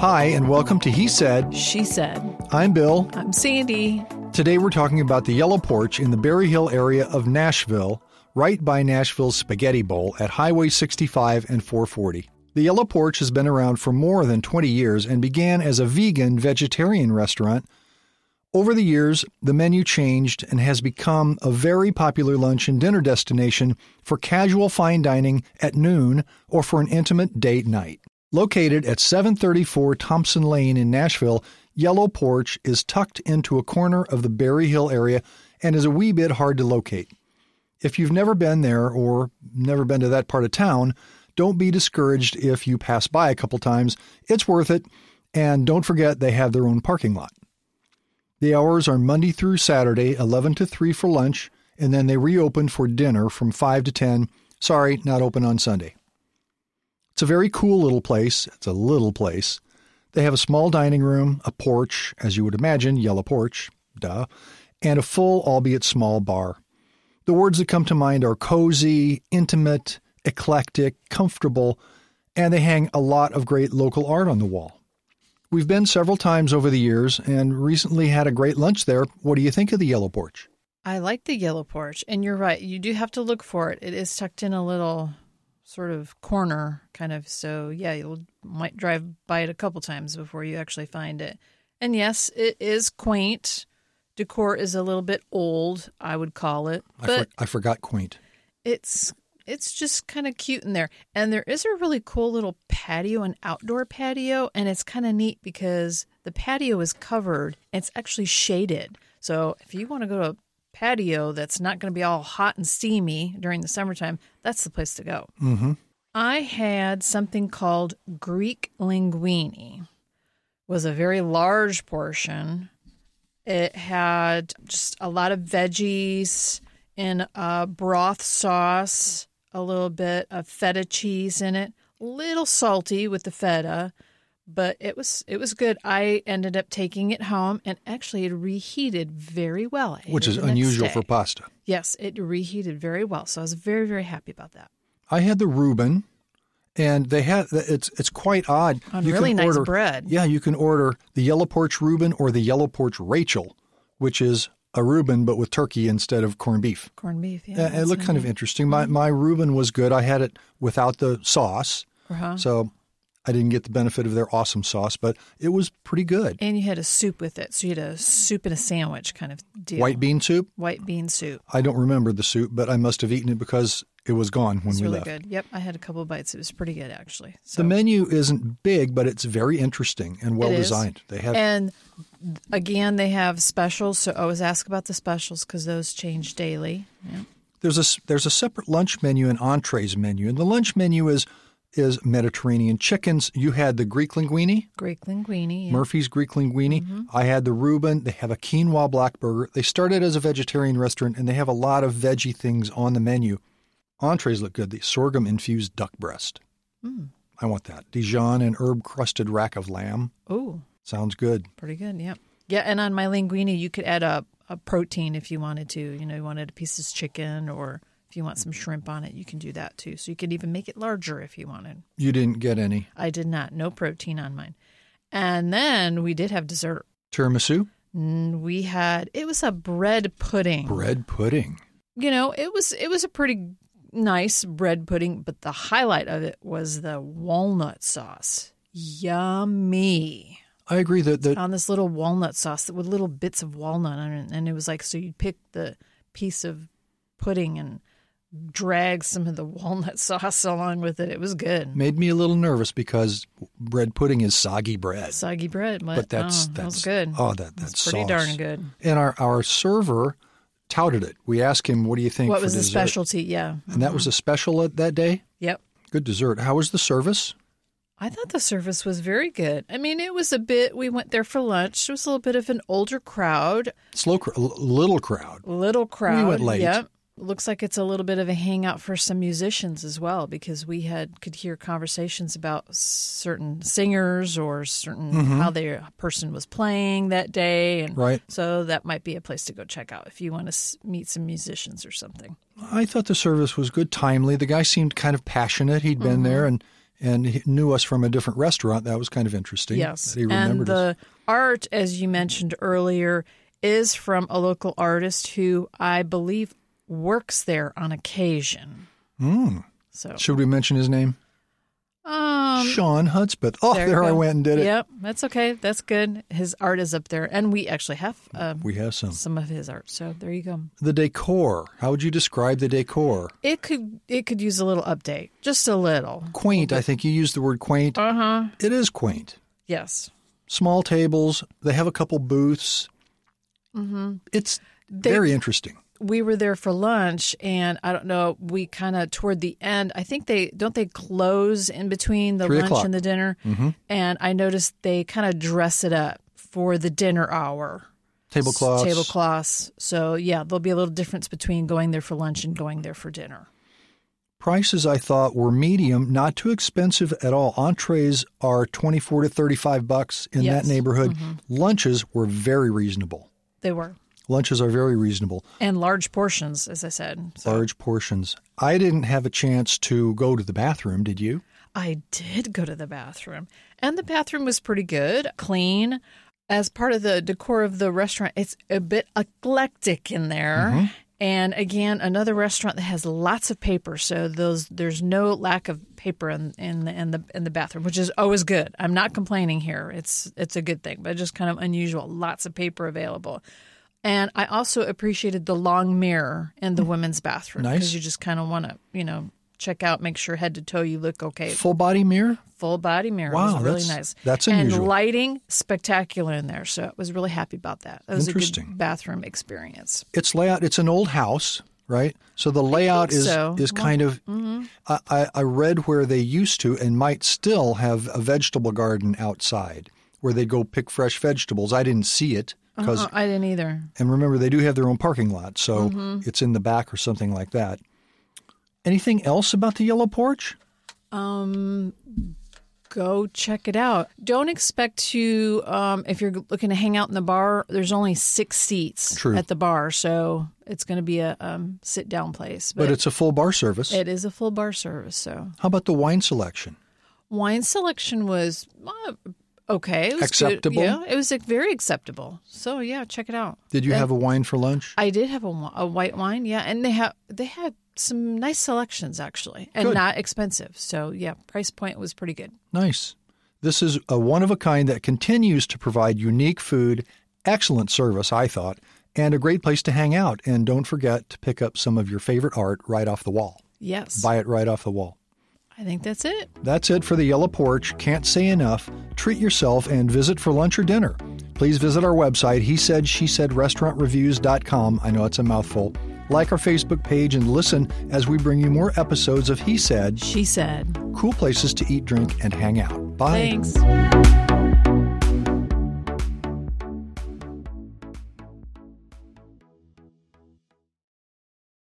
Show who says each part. Speaker 1: Hi, and welcome to He Said.
Speaker 2: She said,
Speaker 1: I'm Bill.
Speaker 2: I'm Sandy.
Speaker 1: Today we're talking about the Yellow Porch in the Berry Hill area of Nashville, right by Nashville's Spaghetti Bowl at Highway 65 and 440. The Yellow Porch has been around for more than 20 years and began as a vegan vegetarian restaurant. Over the years, the menu changed and has become a very popular lunch and dinner destination for casual fine dining at noon or for an intimate date night. Located at 734 Thompson Lane in Nashville, Yellow Porch is tucked into a corner of the Berry Hill area and is a wee bit hard to locate. If you've never been there or never been to that part of town, don't be discouraged if you pass by a couple times. It's worth it. And don't forget they have their own parking lot. The hours are Monday through Saturday, 11 to 3 for lunch, and then they reopen for dinner from 5 to 10. Sorry, not open on Sunday. It's a very cool little place. It's a little place. They have a small dining room, a porch, as you would imagine, yellow porch, duh, and a full, albeit small, bar. The words that come to mind are cozy, intimate, eclectic, comfortable, and they hang a lot of great local art on the wall. We've been several times over the years and recently had a great lunch there. What do you think of the Yellow Porch?
Speaker 2: I like the yellow porch, and you're right. You do have to look for it. It is tucked in a little sort of corner, kind of. So, yeah, you might drive by it a couple times before you actually find it. And yes, it is quaint. Decor is a little bit old, I would call it,
Speaker 1: I,
Speaker 2: but
Speaker 1: for- I forgot quaint.
Speaker 2: it's it's just kind of cute in there. And there is a really cool little patio, an outdoor patio, and it's kind of neat because the patio is covered. It's actually shaded. So if you want to go to a patio that's not going to be all hot and steamy during the summertime, that's the place to go. Mm-hmm. I had something called Greek linguine. Was a very large portion it had just a lot of veggies in a broth sauce, a little bit of feta cheese in it, little salty with the feta, but it was it was good. I ended up taking it home and actually it reheated very well. I ate
Speaker 1: which
Speaker 2: it
Speaker 1: is
Speaker 2: the next
Speaker 1: unusual for
Speaker 2: day.
Speaker 1: pasta.
Speaker 2: Yes, it reheated very well. So I was very very happy about that.
Speaker 1: I had the Reuben, and they had it's it's quite odd.
Speaker 2: On really nice bread.
Speaker 1: Yeah, you can order the Yellow Porch Reuben or the Yellow Porch Rachel, which is a Reuben but with turkey instead of corned beef.
Speaker 2: Corned beef, yeah.
Speaker 1: Uh, it
Speaker 2: that's
Speaker 1: looked kind of interesting. My my Reuben was good. I had it without the sauce,
Speaker 2: Uh-huh.
Speaker 1: so I didn't get the benefit of their awesome sauce, but it was pretty good.
Speaker 2: And you had a soup with it, so you had a soup and a sandwich kind of deal.
Speaker 1: White bean soup.
Speaker 2: white bean soup.
Speaker 1: I don't remember the soup, but I must have eaten it because it was gone when
Speaker 2: It's
Speaker 1: we
Speaker 2: really
Speaker 1: left.
Speaker 2: good. Yep, I had a couple bites. It was pretty good actually. So
Speaker 1: The menu isn't big, but it's very interesting and well
Speaker 2: It is.
Speaker 1: designed. They have
Speaker 2: and again, they have specials. So always ask about the specials because those change daily. Yeah.
Speaker 1: there's a there's a separate lunch menu and entrees menu, and the lunch menu is is Mediterranean chickens. You had the Greek linguine,
Speaker 2: Greek linguine. Yeah. Mm-hmm.
Speaker 1: Murphy's Greek linguine. I had the Reuben. They have a quinoa black burger. They started as a vegetarian restaurant, and they have a lot of veggie things on the menu. Entrees look good. The sorghum infused duck breast.
Speaker 2: Mm.
Speaker 1: I want that. Dijon and herb crusted rack of lamb
Speaker 2: oh,
Speaker 1: sounds good.
Speaker 2: pretty good. Yeah. Yeah, and on my linguine, you could add a, a protein if you wanted to. You know, you wanted a piece of chicken or if you want some shrimp on it, you can do that too. So you could even make it larger if you wanted.
Speaker 1: You didn't get any
Speaker 2: I did not. No protein on mine. And then we did have dessert.
Speaker 1: tiramisu,
Speaker 2: Mm, We had it was a bread pudding.
Speaker 1: bread pudding.
Speaker 2: you know, it was it was a pretty nice bread pudding, but the highlight of it was the walnut sauce. Yummy.
Speaker 1: I agree that the
Speaker 2: On this little walnut sauce that with little bits of walnut on it and it was like so you'd pick the piece of pudding and drag some of the walnut sauce along with it. It was good.
Speaker 1: made me a little nervous because bread pudding is soggy bread.
Speaker 2: Soggy bread, but,
Speaker 1: But that's
Speaker 2: oh, that
Speaker 1: that's
Speaker 2: was good.
Speaker 1: Oh, that that's
Speaker 2: It's pretty darn good.
Speaker 1: And our our server touted it. We asked him, "What do you think?"
Speaker 2: What
Speaker 1: for
Speaker 2: was the
Speaker 1: dessert?
Speaker 2: specialty? Yeah.
Speaker 1: And that was a special at that day.
Speaker 2: Yep.
Speaker 1: Good dessert. How was the service?
Speaker 2: I thought the service was very good. I mean, it was a bit, we went there for lunch. It was a little bit of an older crowd,
Speaker 1: Slow, cr- l- little crowd.
Speaker 2: little crowd.
Speaker 1: went late.
Speaker 2: Yep. Looks like it's a little bit of a hangout for some musicians as well because we had could hear conversations about certain singers or certain how their person was playing that day and
Speaker 1: Mm-hmm. Right.
Speaker 2: so that might be a place to go check out if you want to s- meet some musicians or something. Mm-hmm.
Speaker 1: I thought the service was good, timely. The guy seemed kind of passionate. He'd been there and and he knew us from a different restaurant. That was kind of interesting.
Speaker 2: Yes.
Speaker 1: that he
Speaker 2: And
Speaker 1: remembered us.
Speaker 2: the art, as you mentioned earlier, is from a local artist who I believe works there on occasion.
Speaker 1: Hmm.
Speaker 2: So,
Speaker 1: Should we mention his name?
Speaker 2: um,
Speaker 1: Sean Hudspeth. Oh, there,
Speaker 2: you
Speaker 1: I
Speaker 2: go.
Speaker 1: went and did it.
Speaker 2: Yep, that's okay. That's good. His art is up there, and we actually have um,
Speaker 1: We have some.
Speaker 2: some of his art. So there you go.
Speaker 1: The decor. How would you describe the decor?
Speaker 2: It could it could use a little update, just a little.
Speaker 1: Quaint. I think you used the word quaint.
Speaker 2: Uh huh.
Speaker 1: It is quaint.
Speaker 2: Yes.
Speaker 1: Small tables. They have a couple booths. Mm-hmm. It's very interesting.
Speaker 2: we were there for lunch and i don't know we kind of toward the end i think they don't they close in between the
Speaker 1: Three
Speaker 2: lunch
Speaker 1: o'clock. Mm-hmm.
Speaker 2: and the dinner and i noticed they kind of dress it up for the dinner hour
Speaker 1: Tablecloths.
Speaker 2: tablecloths so yeah there'll be a little difference between going there for lunch and going there for dinner
Speaker 1: Prices I thought were medium, not too expensive at all. Entrees are 24 to 35 bucks in
Speaker 2: Yes. Mm-hmm.
Speaker 1: that neighborhood. Lunches were very reasonable.
Speaker 2: they were
Speaker 1: Lunches are very reasonable.
Speaker 2: and large portions as i said so
Speaker 1: large portions. I didn't have a chance to go to the bathroom, did you?
Speaker 2: I did go to the bathroom, and the bathroom was pretty good, clean. As part of the decor of the restaurant, it's a bit eclectic in there. And again, another restaurant that has lots of paper, so those there's no lack of paper in, in the in the in the bathroom, which is always good. I'm not complaining here; it's it's a good thing, but just kind of unusual. Lots of paper available, and I also appreciated the long mirror in the women's bathroom
Speaker 1: Nice.
Speaker 2: you just kind of want to you know check out, make sure head to toe you look okay
Speaker 1: Full body mirror?
Speaker 2: full body mirror. it
Speaker 1: Wow,
Speaker 2: was really
Speaker 1: that's-
Speaker 2: nice.
Speaker 1: that's unusual.
Speaker 2: And lighting spectacular in there, so I was really happy about that. That was a
Speaker 1: Interesting.
Speaker 2: good bathroom experience.
Speaker 1: It's layout. It's an old house, right? So the layout is
Speaker 2: so. mm-hmm.
Speaker 1: is kind of. I, I I read where they used to and might still have a vegetable garden outside where they go pick fresh vegetables. I didn't see it because,
Speaker 2: Oh, I didn't either.
Speaker 1: and remember they do have their own parking lot, so
Speaker 2: Mm-hmm.
Speaker 1: it's in the back or something like that. Anything else about the yellow porch?
Speaker 2: Go check it out. Don't expect to um, if you're looking to hang out in the bar. There's only six seats
Speaker 1: True.
Speaker 2: at the bar, so it's going to be a um, sit down place.
Speaker 1: But
Speaker 2: But,
Speaker 1: it's a full bar service.
Speaker 2: it is a full bar service, so
Speaker 1: How about the wine selection?
Speaker 2: wine selection was. Uh, Okay, it was good.
Speaker 1: Acceptable?
Speaker 2: Yeah, it was like, very acceptable. So yeah, check it out.
Speaker 1: Did you have a wine for lunch?
Speaker 2: I did have a, wi- a white wine, yeah, and they have they had some nice selections actually, and
Speaker 1: Good.
Speaker 2: not expensive. So yeah, price point was pretty good.
Speaker 1: Nice. This is a one of a kind that continues to provide unique food, excellent service, I thought, and a great place to hang out. And don't forget to pick up some of your favorite art right off the wall.
Speaker 2: Yes,
Speaker 1: Buy it right off the wall.
Speaker 2: I think that's it.
Speaker 1: That's it for the Yellow Porch. Can't say enough. Treat yourself and visit for lunch or dinner. Please visit our website, he said, she said, restaurantreviews.com. I know it's a mouthful. Like our Facebook page and listen as we bring you more episodes of He Said,
Speaker 2: She said,
Speaker 1: cool places to eat, drink, and hang out. Bye.
Speaker 2: "Thanks."